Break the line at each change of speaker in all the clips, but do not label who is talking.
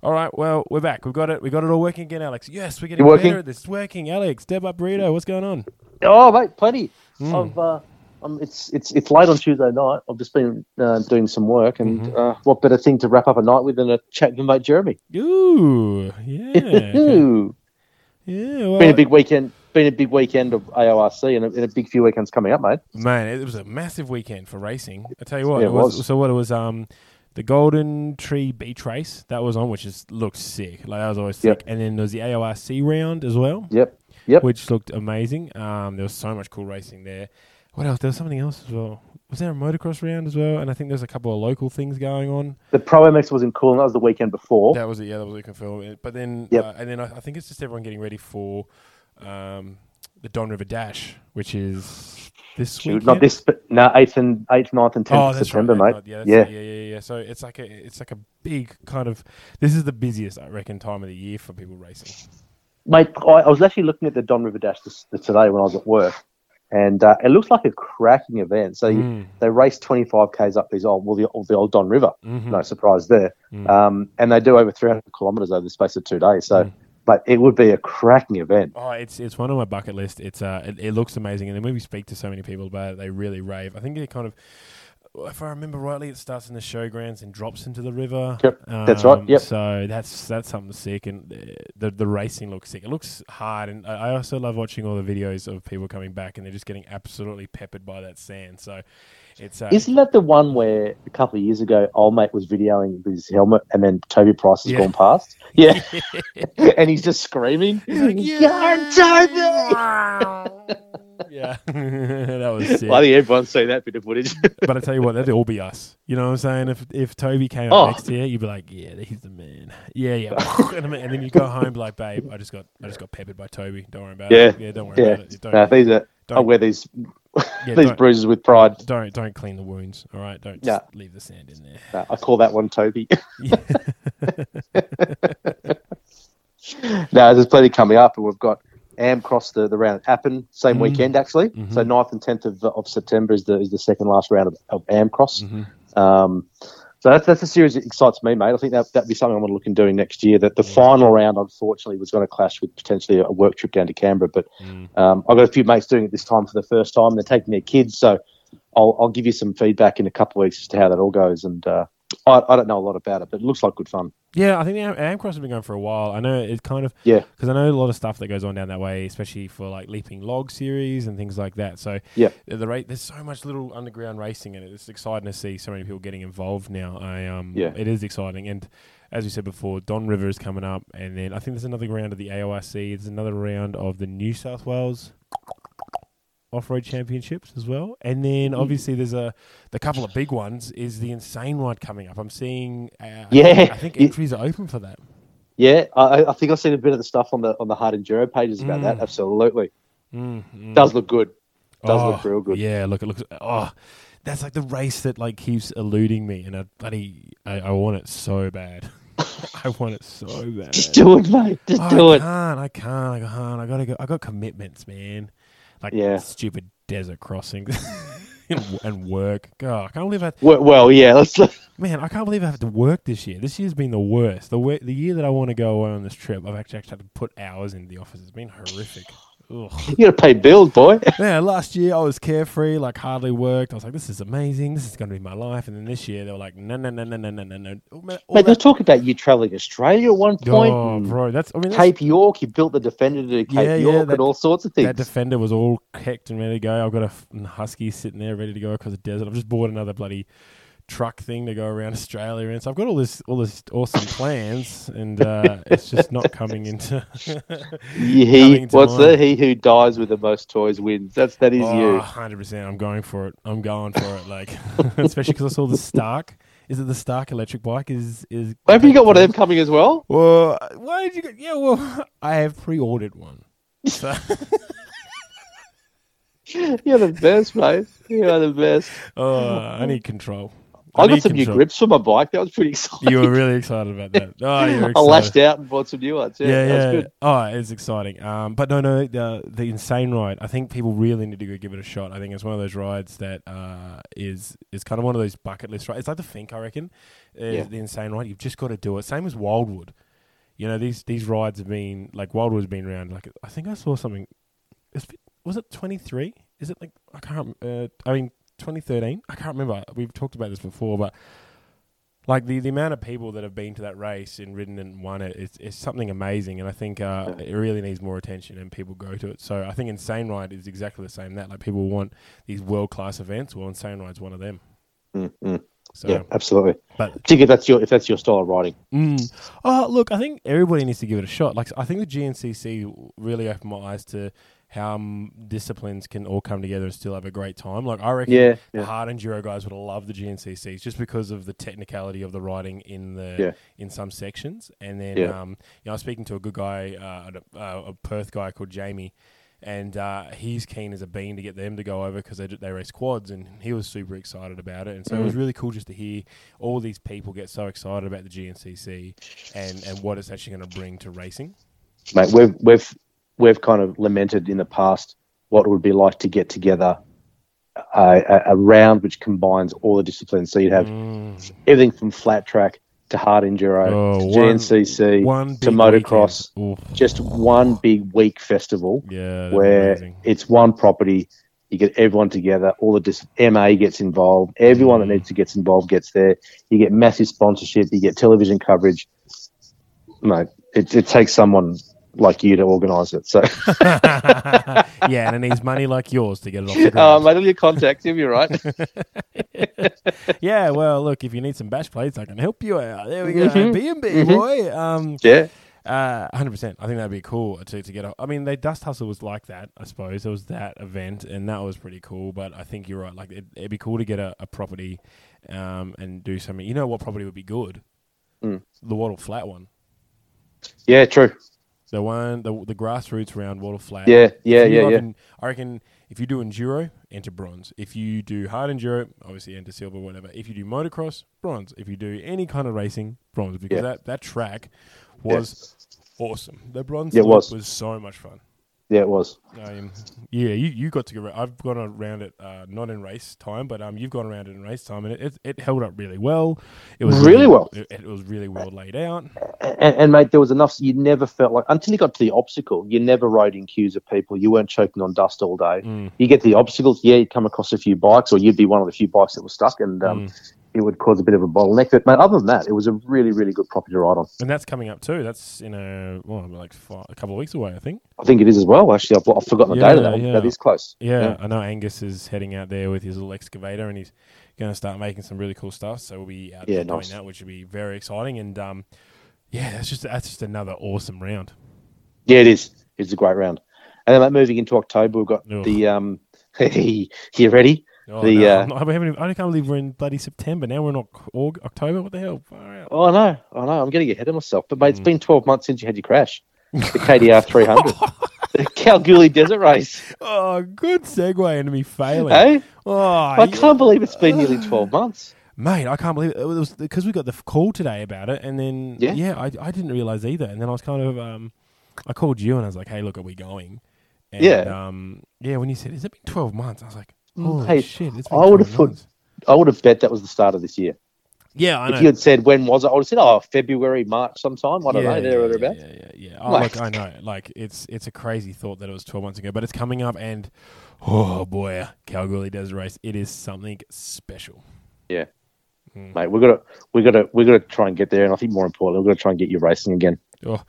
All right, well, we're back. We've got it. We got it all working again, Alex. Yes, we're getting
You're working?
better at this. It's working, Alex. Deb up burrito. What's going on?
Oh, mate, plenty
Hmm.
of. Uh, um, it's it's it's late on Tuesday night. I've just been uh, doing some work, and
Mm-hmm.
uh, what better thing to wrap up a night with than a chat with mate Jeremy?
Ooh, yeah, okay.
Ooh.
yeah. Well,
Been a big weekend. Been a big weekend of AORC, and a, and a big few weekends coming up, mate.
man, it was a massive weekend for racing. I tell you what,
Yeah,
it
it
was,
was.
So what it was, um, the Golden Tree Beach Race that was on, which is looked sick. Like that was always sick.
Yep.
And then there was the AORC round as well,
Yep, yep.
which looked amazing. Um, there was so much cool racing there. What else? There was something else as well. Was there a motocross round as well? And I think there's a couple of local things going on.
the Pro MX wasn't cool, and that was the weekend before.
That was it. Yeah, that was it. Confirmed. But then,
Yep.
uh, and then I, I think it's just everyone getting ready for um, the Don River Dash, which is this
Shoot,
week.
Not this, but no, eighth and eighth, 9th and tenth
Oh,
of
that's
September,
right.
mate.
Yeah, that's
yeah,
it. yeah, yeah, yeah. So it's like a, it's like a big kind of. This is the busiest, I reckon, time of the year for people racing.
mate. I, I was actually looking at the Don River Dash this, today when I was at work, and uh, it looks like a cracking event. So you,
Mm,
they race 25 k's up these old, well, the, old- the old Don River.
mhm.
No surprise there.
Mm.
Um, and they do over 300 kilometres over the space of two days. So,
Mm.
but it would be a cracking event.
Oh, it's it's one on my bucket list. It's uh, it, it looks amazing, and then when we speak to so many people about it, they really rave. I think it kind of, if I remember rightly, it starts in the showgrounds and drops into the river. Um,
Yep, that's right, yep.
So that's that's something sick, and uh, the the racing looks sick. It looks hard, and I I also love watching all the videos of people coming back, and they're just getting absolutely peppered by that sand. So it's uh,
Isn't that the one where a couple of years ago, old mate was videoing with his helmet, and then Toby Price has
Yeah.
gone past? Yeah, and he's just screaming,
He's like,
"Yarn, Toby!"
yeah, that was sick.
Well, I think everyone's seen that bit of footage.
But I tell you what, that'd all be us. You know what I'm saying? If if Toby came
Oh.
up next year, you'd be like, yeah, he's the man. Yeah, yeah. and then- and then you go home, be like, babe, I just got I just got peppered by Toby. Don't worry about it.
Yeah.
Yeah, don't worry
yeah,
about it. Don't,
no, these are. I
don't-
wear these
yeah,
these
don't,
bruises with pride.
don't don't clean the wounds. All right, don't
Yeah.
just leave the sand in there.
No, I call that one Toby. no, there's plenty coming up, and we've got Am Cross the, the round at Appen same
Mhm.
weekend actually.
Mhm.
So 9th and tenth of, of September is the is the second last round of, of Am Cross.
Mhm.
Um, so that's that's a series that excites me, mate. I think that that'd be something I'm going to look in doing next year. That the
Yeah.
final round, unfortunately, was going to clash with potentially a work trip down to Canberra, but
Mm.
um, I've got a few mates doing it this time for the first time. They're taking their kids, so I'll, I'll give you some feedback in a couple of weeks as to how that all goes. And uh, I, I don't know a lot about it, but it looks like good fun.
Yeah, I think the Am- Amcross have been going for a while. I know it kind of
Yeah.
because I know a lot of stuff that goes on down that way, especially for like Leaping Log series and things like that. So
Yep.
the, the rate there's so much little underground racing in it. It's exciting to see so many people getting involved now. I um
Yeah.
it is exciting and as we said before, Don River is coming up, and then I think there's another round of the AORC. There's another round of the New South Wales off-road championships as well and then
Mm-hmm.
obviously there's a the couple of big ones is the insane one coming up i'm seeing uh,
Yeah.
i think
It-
entries are open for that
Yeah, I, I think I've seen a bit of the stuff on the on the hard enduro pages about
Mm.
that. Absolutely,
Mm, mm.
does look good. Does
Oh,
look real good.
Yeah, look, it looks. Oh, that's like the race that like keeps eluding me, and I bloody, I, I want it so bad. I want it so bad.
Just do it, mate. Just
Oh,
do
I
it.
can't. I can't. I can't. I gotta go. I got commitments, man. Like
Yeah.
stupid desert crossings and, and work. God, I can't believe I.
Well, well yeah. Let's.
Man, I can't believe I have to work this year. This year's been the worst. The we- the year that I want to go away on this trip, I've actually, actually had to put hours into the office. It's been horrific. Ugh.
You got to pay bills, boy.
Yeah, last year I was carefree, like hardly worked. I was like, this is amazing. This is going to be my life. And then this year they were like, no, no, no, no, no, no, no, no. All that- all
Mate, they're
that-
talking about you travelling Australia at one point.
Oh,
and
bro, that's I mean, that's,
Cape York. You built the Defender to Cape
Yeah, yeah,
York
that-
and all sorts of things.
that defender was all hecked and ready to go. I've got a f- husky sitting there ready to go across the desert. I've just bought another bloody truck thing to go around Australia, and so I've got all this all this awesome plans, and uh, it's just not coming into.
Ye-
coming
He,
into
what's
mind.
the he who dies with the most toys wins? That's that is you.
100%. Ah, I'm going for it. I'm going for it. Like, especially because I saw the Stark. Is it the Stark electric bike? Is is?
Have you got one of them coming as well?
Well, why did you? Get, yeah, well, I have pre-ordered one. So,
You're the best, mate. You are the best.
oh, I uh, need control.
I,
need
got some new
control.
grips for my bike. That was pretty exciting.
You were really excited about that. Oh, you were
I
excited.
lashed out and bought some new ones. Yeah,
yeah,
that was
yeah.
good.
Oh, it's exciting. Um, but no, no, the the insane ride. I think people really need to go give it a shot. I think it's one of those rides that uh, is is kind of one of those bucket list rides. It's like the Fink, I reckon. Uh,
Yeah.
The insane ride. You've just got to do it. Same as Wildwood. You know these these rides have been like Wildwood's been around. Like I think I saw something. It's, been- was it twenty three? Is it like I can't. Uh, I mean twenty thirteen. I can't remember. We've talked about this before, but like the, the amount of people that have been to that race and ridden and won it, it's, it's something amazing. And I think uh, it really needs more attention and people go to it. So I think Insane Ride is exactly the same. That like people want these world class events. Well, Insane Ride's one of them.
Mm, mm.
So,
Yeah, absolutely.
but
Particularly if that's your if that's your style of riding.
Mm. Oh, look, I think everybody needs to give it a shot. Like, I think the GNCC really opened my eyes to how um, disciplines can all come together and still have a great time. Like, I reckon
Yeah,
the
yeah.
hard enduro guys would have loved the GNCCs just because of the technicality of the riding in the
Yeah.
in some sections. And then,
Yeah.
um, you know, I was speaking to a good guy, uh, a, a Perth guy called Jamie. And uh, he's keen as a bean to get them to go over because they, d- they race quads, and he was super excited about it. And so it was
Mm.
really cool just to hear all these people get so excited about the GNCC and, and what it's actually going to bring to racing.
mate, we've we've we've kind of lamented in the past what it would be like to get together a, a, a round which combines all the disciplines. So you'd have everything from flat track to hard enduro
Mm. Oh,
to
one-
GNCC to
big
motocross.
weekend. Oof.
Just one big week festival
yeah, that'd be
where
amazing.
it's one property. You get everyone together. All the dis- MA gets involved. Everyone that
Mm.
needs to gets involved gets there. You get massive sponsorship. You get television coverage. Mate, it, it takes someone like you to organise it. So,
yeah, and it needs money like yours to get it off the
uh,
ground.
mate, all your contacts, you'll be right.
yeah, well, look, if you need some batch plates, I can help you out. There we go,
Mm-hmm.
B and B boy. Um,
yeah,
Uh, 100%. I think that'd be cool to, to get a I mean, they Dust Hustle was like that, I suppose. It was that event, and that was pretty cool. But I think you're right. Like, it, it'd be cool to get a, a property um, and do something. You know what property would be good?
Mm.
The Wattle Flat one.
yeah, true.
The one, the, the grassroots round Wattle Flat.
Yeah, yeah,
If you
yeah, yeah.
reckon- I reckon if you do enduro, enter bronze. If you do hard enduro, obviously enter silver, whatever. If you do motocross, bronze. If you do any kind of racing, bronze. Because
Yeah.
that, that track was awesome. The bronze
Yeah, it
loop
was.
so much fun.
Yeah, it was.
Um, yeah, you, you got to go. ra- I've gone around it uh, not in race time, but um, you've gone around it in race time, and it, it, it held up really well. It was
Really well.
It, it was really well laid out.
And, and mate, there was enough. You never felt like until you got to the obstacle, you never rode in queues of people. You weren't choking on dust all day.
Mm.
You get to the obstacles, yeah, you come across a few bikes, or you'd be one of the few bikes that were stuck, and um,
Mm.
it would cause a bit of a bottleneck. But mate, other than that, it was a really, really good property to ride on.
And that's coming up too. That's in a well, like five, a couple of weeks away, I think.
I think it is as well. Actually, I've, I've forgotten the
Yeah,
date of that.
yeah.
Yeah. That is close.
Yeah, I know Angus is heading out there with his little excavator, and he's going to start making some really cool stuff. So we'll be out
Yeah,
there doing
nice.
that, which will be very exciting. And um, yeah, that's just that's just another awesome round.
Yeah, it is. It's a great round. And then mate, moving into October, we've got
Oof.
the um. you ready?
Oh,
The,
no,
uh,
I'm not- I, haven't even, I can't believe we're in bloody September now. We're in Oc- Aug- October. What the hell? Far out.
Oh, I know. I know. I'm getting ahead of myself. But, mate, it's been 12 months since you had your crash. The KDR 300. the Kalgoorlie Desert Race.
Oh, good segue into me failing.
Hey?
Oh,
I
yeah.
can't believe it's been nearly 12 months.
mate, I can't believe it, it was because we got the f- call today about it, and then yeah,
Yeah.
I, I didn't realize either, and then I was kind of um, I called you and I was like, hey, look, are we going? And,
Yeah.
um, yeah. When you said, "Has it been twelve months?" I was like,
Mm,
"Holy
hey,
shit!" It's been
I
12
would have thought-
months."
I would have bet that was the start of this year.
Yeah, I know.
If you had said, when was it? I would have said, oh, February, March sometime. I don't
yeah,
know, there or
yeah,
thereabouts.
Yeah, yeah, yeah. Oh,
Like-
look, I know. Like, it's it's a crazy thought that it was 12 months ago, but it's coming up, and oh boy, Kalgoorlie Desert Race, it is something special.
Yeah. Mate, we've got to we got to we got to try and get there, and I think more importantly, we've got to try and get you racing again.
Oh,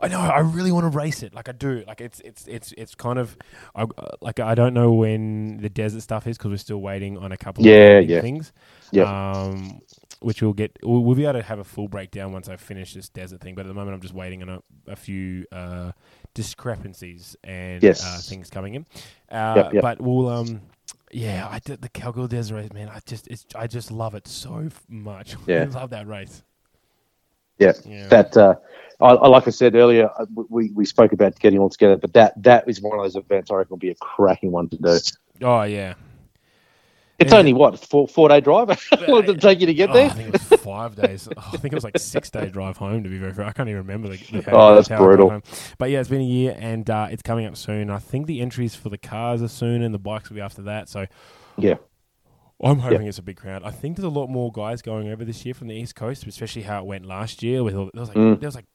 I know. I really want to race it. Like I do. Like it's it's it's it's kind of I, uh, like I don't know when the desert stuff is because we're still waiting on a couple
Yeah,
of big
yeah.
things.
Yeah.
Um, which we'll get. We'll, we'll be able to have a full breakdown once I finish this desert thing. But at the moment, I'm just waiting on a, a few uh, discrepancies and
Yes.
uh, things coming in. Uh,
Yep, yep.
But we'll um. Yeah, I did the Calgary Desert Race, man. I just, it's, I just love it so f- much. I
Yeah.
love that race.
Yeah,
Yeah.
that uh, I, I like I said earlier, I- we, we spoke about getting all together, but that that is one of those events I reckon will be a cracking one to do.
Oh yeah,
It's
Yeah.
only what four four day drive. what did it take you to get
Oh, I
there?
think it was five days. Oh, I think it was like six day drive home. To be very fair, I can't even remember. The, the
Oh, that's
how I got
brutal.
home. But yeah, it's been a year, and uh, it's coming up soon. I think the entries for the cars are soon, and the bikes will be after that. So
Yeah,
I'm hoping it's a big crowd. I think there's a lot more guys going over this year from the East Coast, especially how it went last year. With all, there was like
Mm.
there was like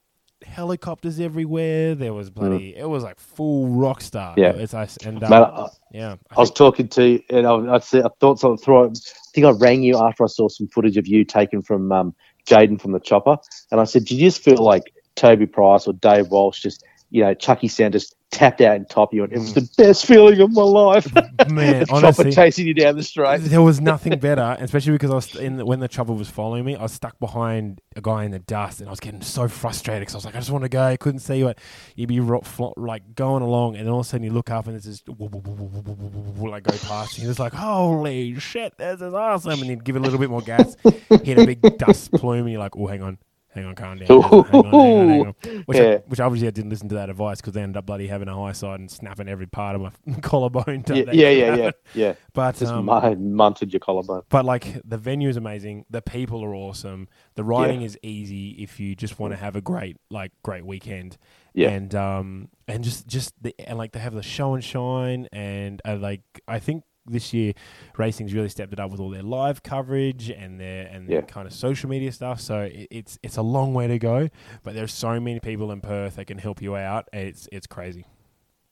helicopters everywhere. There was bloody it was like full rock star.
Mm. Yeah.
it's nice. and uh,
mate. I,
yeah,
I was talking to you, and I, I, said, I thought something through. I think I rang you after I saw some footage of you taken from um, Jaden from the chopper, and I said, "Do you just feel like Toby Price or Dave Walsh just?" You know, Chucky Sanders tapped out and top you, and it was the best feeling of my life.
Mm. man,
the chopper
honestly.
chasing you down the straight.
There was nothing better, especially because I was in when the chopper was following me. I was stuck behind a guy in the dust, and I was getting so frustrated because I was like, I just want to go. I couldn't see what you'd be ro- flo- like going along, and then all of a sudden you look up and there's this woo- woo- woo- woo- woo- woo- woo- woo- woo, like go past, and it's like, holy shit, this is awesome! And then give it a little bit more gas, hit a big dust plume, and you're like, oh, hang on. Hang on, calm down. Hang on, hang on, hang on, hang on. Which, I,
Yeah.
which obviously I didn't listen to that advice because they ended up bloody having a high side and snapping every part of my collarbone.
Yeah, yeah, yeah, yeah, yeah.
But
Just
um,
mu- munted your collarbone.
but like the venue is amazing, the people are awesome, the riding is easy if you just want to have a great like great weekend.
Mm. Yeah.
And um and just just the and like they have the show and shine and uh, like I think this year racing's really stepped it up with all their live coverage and their and their
Yeah.
kind of social media stuff. So it, it's it's a long way to go, but there's so many people in Perth that can help you out. It's it's crazy.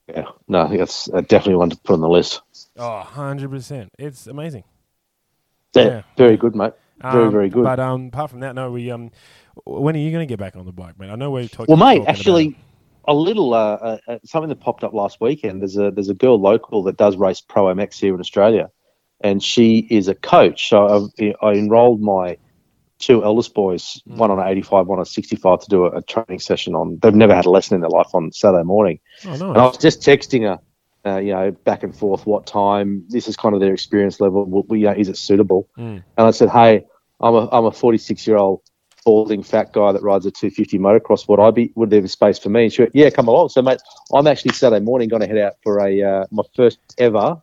Yeah, no, I think that's uh, definitely one to put on the list.
Oh, 100%. It's amazing.
Yeah,
Yeah.
very good, mate. Very,
Um,
very good.
But um, apart from that, no, we um, w- when are you going to get back on the bike, mate? I know we're talking.
well, mate,
talking
actually,
about-
a little uh, uh, uh, something that popped up last weekend. There's a there's a girl local that does race Pro MX here in Australia, and she is a coach. So I've, I enrolled my two eldest boys,
Hmm.
one on an 85, one on a 65, to do a, a training session on. They've never had a lesson in their life on Saturday morning.
oh
And I
no,
was just texting her, uh, you know, back and forth, what time, this is kind of their experience level, what, you know, is it suitable?
Mm.
And I said, hey, I'm a, I'm a 46 year old balding fat guy that rides a 250 motocross. Would I be, would there be space for me? And she went, yeah, come along. So, mate, I'm actually Saturday morning going to head out for a uh, my first ever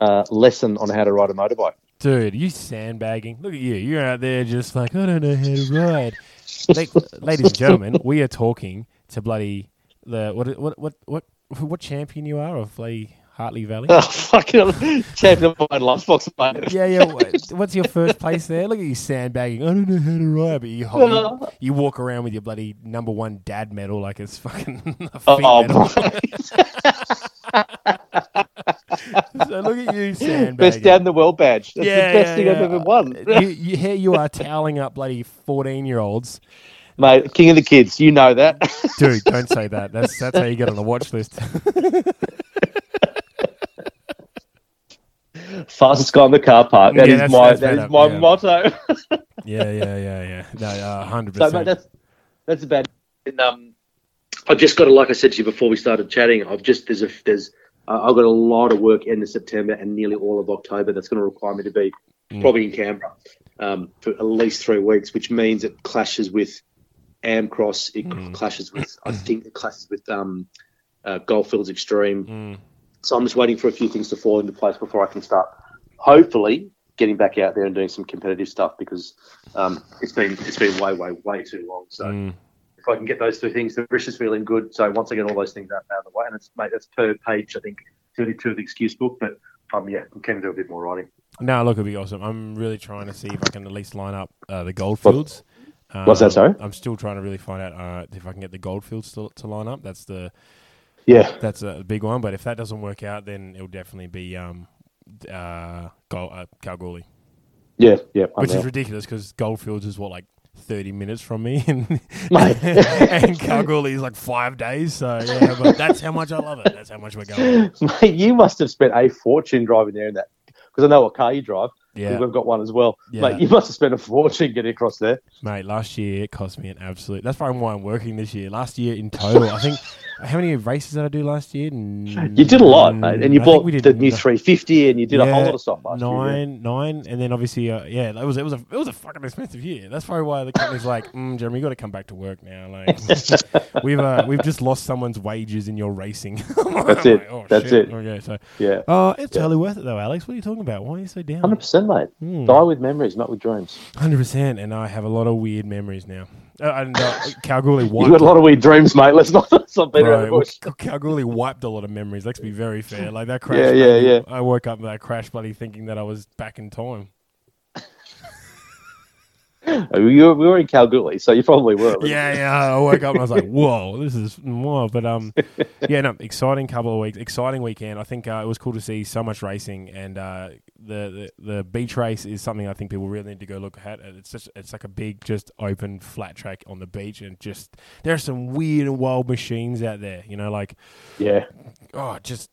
uh, lesson on how to ride a motorbike.
dude, you sandbagging. Look at you. You're out there just like I don't know how to ride. La- ladies and gentlemen, we are talking to bloody the what what what what what champion you are of bloody Hartley Valley.
Oh, fucking champion of my lunchbox, mate.
Yeah, yeah. wha- What's your first place there? Look at you sandbagging. I don't know how to ride, but you
Uh-huh.
hold, you, you walk around with your bloody number one dad medal like it's fucking. A
Oh,
feet
oh,
medal.
bro.
So look at you sandbagging.
best dad in the world badge. That's the best thing I've ever won.
you, you, here you are toweling up bloody 14 year olds.
Mate, king of the kids, you know that.
Dude, don't say that. That's that's how you get on the watch list.
Fastest guy in the car park. That
Yeah,
is
that's-
my
that's
that
better,
is my
yeah.
motto.
yeah, yeah, yeah, yeah. No, uh, 100%.
so mate, that's that's about. it. And, um, I've just got to, like I said to you before we started chatting. I've just there's a there's uh, I've got a lot of work end of September and nearly all of October. That's going to require me to be
Mm.
probably in Canberra um, for at least three weeks, which means it clashes with Amcross. It
Mm.
clashes with I think it clashes with um, uh, Goldfields Extreme.
Mm.
So I'm just waiting for a few things to fall into place before I can start. Hopefully, getting back out there and doing some competitive stuff because um, it's been it's been way way way too long. So
Mm.
if I can get those two things, the wrist is feeling good. So once I get all those things out, out of the way, and it's mate, that's per page I think 32 of the excuse book. But um, yeah, I'm keen to do a bit more writing.
No, look, it'd be awesome. I'm really trying to see if I can at least line up uh, the Goldfields. Um,
what's that, sorry?
I'm still trying to really find out uh, if I can get the Goldfields to, to line up. That's the
Yeah,
that's a big one. But if that doesn't work out, then it'll definitely be um, uh, Gol- uh, Kalgoorlie.
yeah, yeah. I'm
which
there.
is ridiculous because Goldfields is what like thirty minutes from me, and
Mate.
and Kalgoorlie is like five days. So yeah, but that's how much I love it. That's how much we're going.
Mate, you must have spent a fortune driving there in that because I know what car you drive. 'cause
Yeah,
We've got one as well.
Yeah.
Mate, you must have spent a fortune getting across there.
mate. Last year it cost me an absolute. That's probably why I'm working this year. Last year in total, I think How many races did I do last year?
You did a
Mm,
lot, mate, and you bought the new 350, and you did a whole lot of stuff last year. yeah.
nine, nine, and then obviously, uh, yeah, it was it was a it was a fucking expensive year. That's probably why the company's like, mm, Jeremy, you got to come back to work now. Like, we've uh, we've just lost someone's wages in your racing. That's
it. That's it.
Okay, so
Yeah,
uh, it's
Yeah.
totally worth it though, Alex. What are you talking about? Why are you so down?
hundred percent, mate.
Mm.
Die with memories, not with dreams.
Hundred percent, and I have a lot of weird memories now. Uh, and uh, Kalgoorlie
You got
wiped.
a lot of weird dreams, mate. Let's not let's not beat around the
Bro,
bush.
Kalgoorlie wiped a lot of memories. Let's be very fair. Like that crash.
Yeah, yeah,
bloody-
yeah.
I woke up with that crash bloody thinking that I was back in time.
Uh, We were, we were in Kalgoorlie, so you probably were. but-
Yeah, yeah. I woke up and I was like, "Whoa, this is wow." But um, yeah, no, exciting couple of weeks, exciting weekend. I think uh, it was cool to see so much racing, and uh, the, the the beach race is something I think people really need to go look at. It's just it's like a big, just open flat track on the beach, and just there are some weird and wild machines out there. You know, like
yeah.
oh, just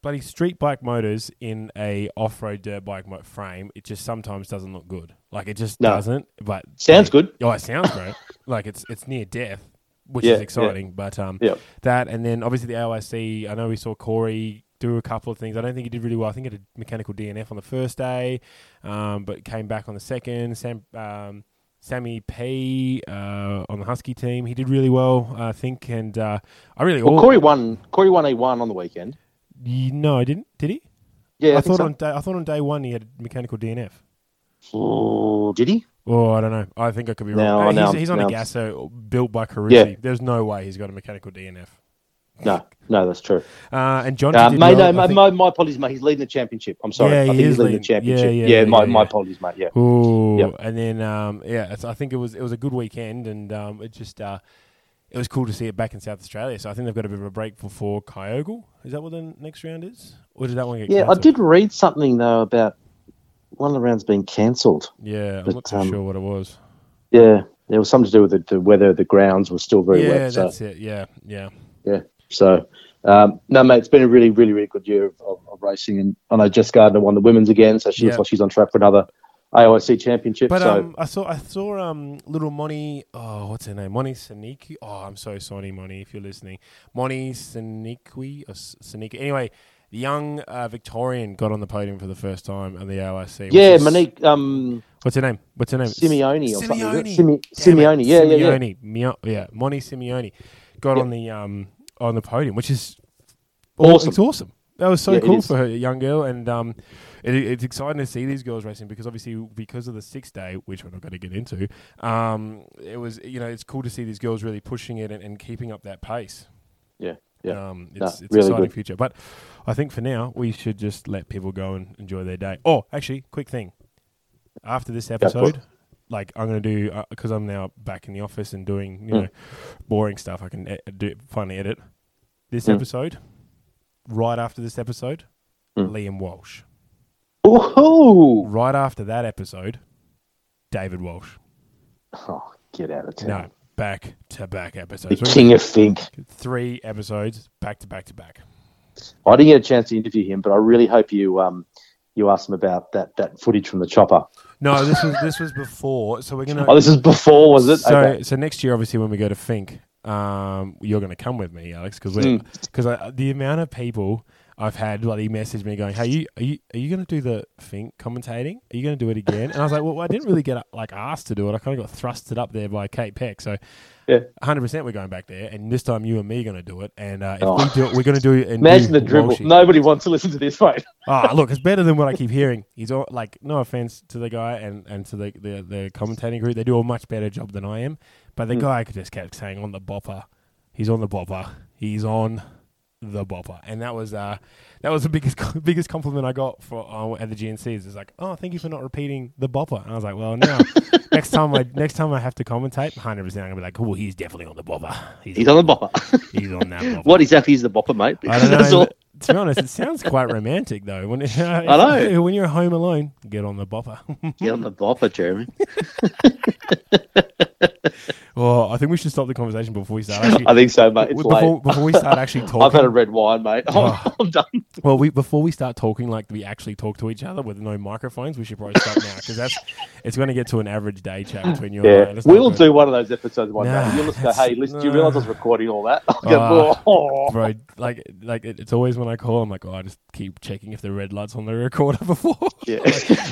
bloody street bike motors in a off road dirt bike mo- frame. It just sometimes doesn't look good. Like it just
No.
doesn't. But
Sounds
they-
good.
Oh, it sounds great. like it's it's near death, which
Yeah,
is
yeah.
exciting. But um,
Yeah.
that and then obviously the LIC. I know we saw Corey do a couple of things. I don't think he did really well. I think he did mechanical DNF on the first day, um, but came back on the second. Sam. Um, Sammy P uh, on the Husky team, he did really well, I think, and uh, I really
Well,
all-
Corey won. Corey won a one on the weekend.
Ye- No, I didn't. Did he?
Yeah, I,
I
think
thought
so.
on day, I thought on day one he had mechanical DNF.
Oh, did he?
Oh, I don't know. I think I could be wrong.
No,
Uh, he's,
no,
he's on
no.
a gasso built by Carusi.
Yeah.
There's no way he's got a mechanical DNF.
No, no, that's true.
Uh, and John
Uh,
did
mate,
well,
no,
I
my,
think-
my, my apologies, mate. He's leading the championship. I'm sorry.
Yeah,
I
he
think
is
he's leading the
leading-
championship.
yeah,
Yeah,
yeah,
my,
yeah,
my
yeah.
apologies, mate. Yeah.
Ooh,
Yep.
and then um, yeah, it's, I think it was it was a good weekend, and um, it just uh, it was cool to see it back in South Australia. So I think they've got a bit of a break before Kyogle. Is that what the next round is, or did that one get?
Yeah, I
cancelled?
did read something though about one of the rounds being cancelled.
Yeah, I'm
But,
not too
um,
sure what it was.
Yeah, there was something to do with the, the weather. The grounds were still very
Yeah,
wet. So,
that's it. Yeah, yeah.
so um, no, mate, it's been a really, really, really good year of, of, of racing. And I know Jess Gardner won the women's again, so she
Yeah.
looks like she's on track for another AOC championship.
But
so
um, I saw I saw um little Moni. Oh, what's her name? Moni Saniki. Oh, I'm so sorry, Moni, if you're listening. Moni Saniqui or S- Saniki. Anyway, the young uh, Victorian got on the podium for the first time at the LIC. which
yeah,
is-
Monique um,
What's her name? What's her name?
Simeone or something.
Simeone.
is it? Simi-
Damn it.
Simeone. Yeah, yeah, yeah.
Simeone. Mio- yeah. Moni Simeone got on the um on the podium, which is
Awesome.
It's awesome. That was so
Yeah, it
cool
is.
for her, a young girl, and um, it, it's exciting to see these girls racing because obviously because of the six day, which we're not going to get into, um, it was you know it's cool to see these girls really pushing it and, and keeping up that pace.
Yeah, yeah.
Um, it's
No,
it's
really
exciting
good.
future, but I think for now we should just let people go and enjoy their day. Oh, actually, quick thing, after this
cool.
episode, like I'm going to do because I'm now back in the office and doing
Hmm.
you know boring stuff. I can e- do finally edit this
Mm.
episode. Right after this episode,
Mm.
Liam Walsh.
Ooh.
Right after that episode, David Walsh.
Oh, get out of town.
No, back to back
The
episodes. We're
king of think.
gonna do Three episodes back to back to back.
I didn't get a chance to interview him, but I really hope you um, you asked him about that, that footage from the chopper.
No, this was this was before. So we're gonna.
Oh, this is before, was it?
So,
Okay.
so next year, obviously, when we go to Fink, um, you're going to come with me, Alex, because
Mm.
because the amount of people I've had bloody message me going, "Hey, you are you are you going to do the Fink commentating? Are you going to do it again?" And I was like, "Well, I didn't really get like asked to do it. I kind of got thrusted up there by Kate Peck." So.
Yeah.
100% we're going back there, and this time you and me are going to do it. And uh, if
Oh.
we do it, we're going to do it. and
Imagine
do
the dribble.
Walshy.
Nobody wants to listen to this, mate.
Ah, look, it's better than what I keep hearing. He's all like, no offense to the guy and, and to the, the the commentating group, they do a much better job than I am. But the
Hmm.
guy could just kept saying on the bopper, he's on the bopper, he's on the bopper, and that was uh that was the biggest biggest compliment I got for uh, at the GNCs. It's like, oh, thank you for not repeating the bopper. And I was like, well, now next time I next time I have to commentate, hundred percent, I'm gonna be like, well, he's definitely on the bopper.
He's on the bopper.
he's on that bopper.
what exactly is the bopper, mate?
I don't
That's
know.
all-
but To be honest, it sounds quite romantic though. When
I know.
when you're home alone, get on the bopper.
Get on the bopper, Jeremy.
Well, Oh, I think we should stop the conversation before we start. Actually,
I think so, mate. It's
before,
late.
before we start actually talking,
I've had a red wine, mate. I'm,
Oh.
I'm done.
well, we before we start talking like we actually talk to each other with no microphones, we should probably stop now because that's it's going to get to an average day chat between you and I.
Yeah,
Let's not
we'll
do it.
do one of those episodes one
Nah,
day. You'll just go,
that's-
hey, listen, do you
nah.
realise I was recording all that? I'll
Ah.
go, oh.
bro. Like, like it- it's always when I call, I'm like, oh, I just keep checking if the red light's on the recorder before.
Yeah.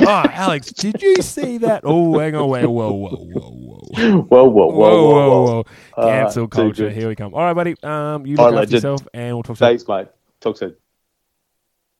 oh, Alex, did you see that? Oh, hang on, wait, whoa, whoa, whoa, whoa.
whoa, whoa, whoa, whoa, whoa.
Cancel
Alright, too
culture.
good.
Here we come. All right, buddy. Um, you
Bye,
look after
legend.
yourself, and we'll talk soon.
Thanks, mate. Talk soon.